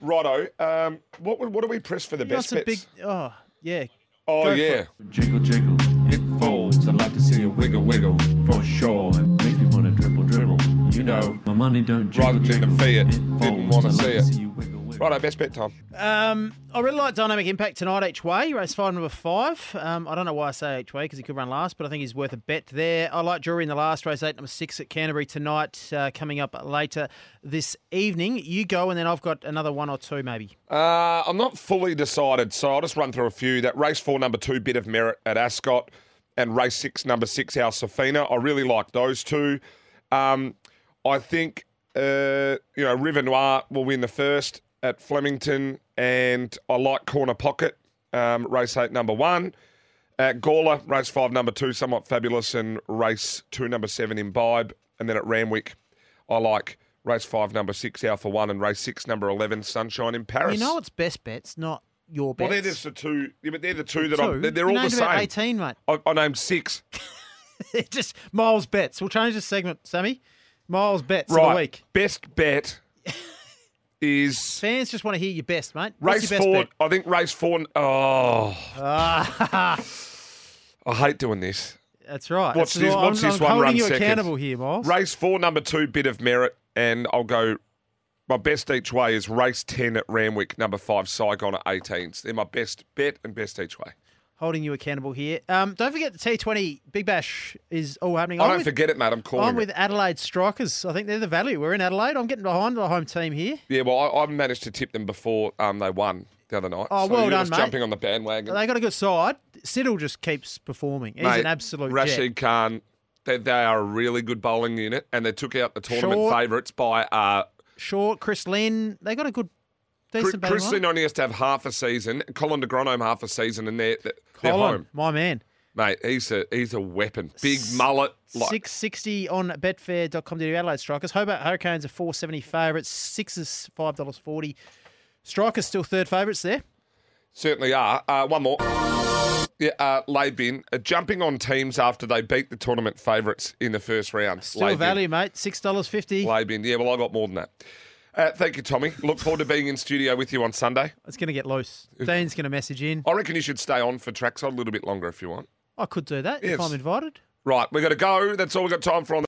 Righto. Um, what what do we press for the best That's a bets? big. Oh, yeah. oh go for yeah. it. Jiggle, jiggle, it folds. I'd like to see you wiggle, wiggle, for sure. It makes me want to dribble, dribble. You know, my money don't jiggle, Rather than the jiggle, fiat, it didn't folds. wanna I'd like see to it. see you wiggle, wiggle. Righto, best bet time. Um, I really like Dynamic Impact tonight each way, race five, number five. Um, I don't know why I say each way because he could run last, but I think he's worth a bet there. I like Drury in the last race, eight, number six at Canterbury tonight, uh, coming up later this evening. You go, and then I've got another one or two maybe. Uh, I'm not fully decided, so I'll just run through a few. That race four, number two, bit of merit at Ascot, and race six, number six, our Safina. I really like those two. Um, I think uh, you know River Noir will win the first at Flemington, and I like Corner Pocket, um, race eight, number one. At Uh, Gawler, race five, number two, somewhat fabulous, and race two, number seven, imbibe. And then at Ramwick, I like race five, number six, Alpha One, and race six, number 11, Sunshine in Paris. You know it's best bets, not your bets. well, they're just the two, yeah, but they're the two that Two? I'm, they're, they're You all the named about same. 18, mate. I, I named six. It's just Miles bets. We'll change the segment, Sammy. Miles bets of the Right. week. Best bet is Fans just want to hear your best, mate. What's race your best four. bet? I think race four. Oh, Ah, I hate doing this. that's right. What's That's this- why what's I'm, this I'm one holding run you second? accountable here, Miles. Race four, number two, bit of merit, and I'll go. My best each way is race ten at Ramwick, number five, Saigon at 18s. They're my best bet and best each way. holding you accountable here. Um, don't forget the T20 Big Bash is all happening. I I'm don't with, forget it, mate. I'm calling. I'm it. with Adelaide Strikers. I think they're the value. We're in Adelaide. I'm getting behind the home team here. Yeah, well, I, I managed to tip them before um, they won the other night. Oh, so well you're done, just mate. jumping on the bandwagon. They got a good side. Siddle just keeps performing. He's Mate, an absolute Rashid jet. Khan. They, they are a really good bowling unit, and they took out the tournament Short. favourites by. Uh, Short, Chris Lynn. They got a good, Chris, decent Chris batting line. Lynn only has to have half a season. Colin de Gronholm half a season, and they're, they're Colin, home, my man. mate. He's a he's a weapon. Big mullet, like 660 on betfair.com.au Adelaide Strikers. Hobart Hurricanes are 470 favourites. Sixers $5.40. Strikers still third favourites there. Certainly are. Uh, one more. Yeah, uh, Labin uh, jumping on teams after they beat the tournament favourites in the first round. Still a Labin. value, mate. $6.50. Labin. Yeah, well, I got more than that. Uh, thank you, Tommy. Look forward to being in studio with you on Sunday. It's going to get loose. Dean's going to message in. I reckon you should stay on for trackside a little bit longer if you want. I could do that if Yes. I'm invited. Right, we've got to go. That's all we've got time for on the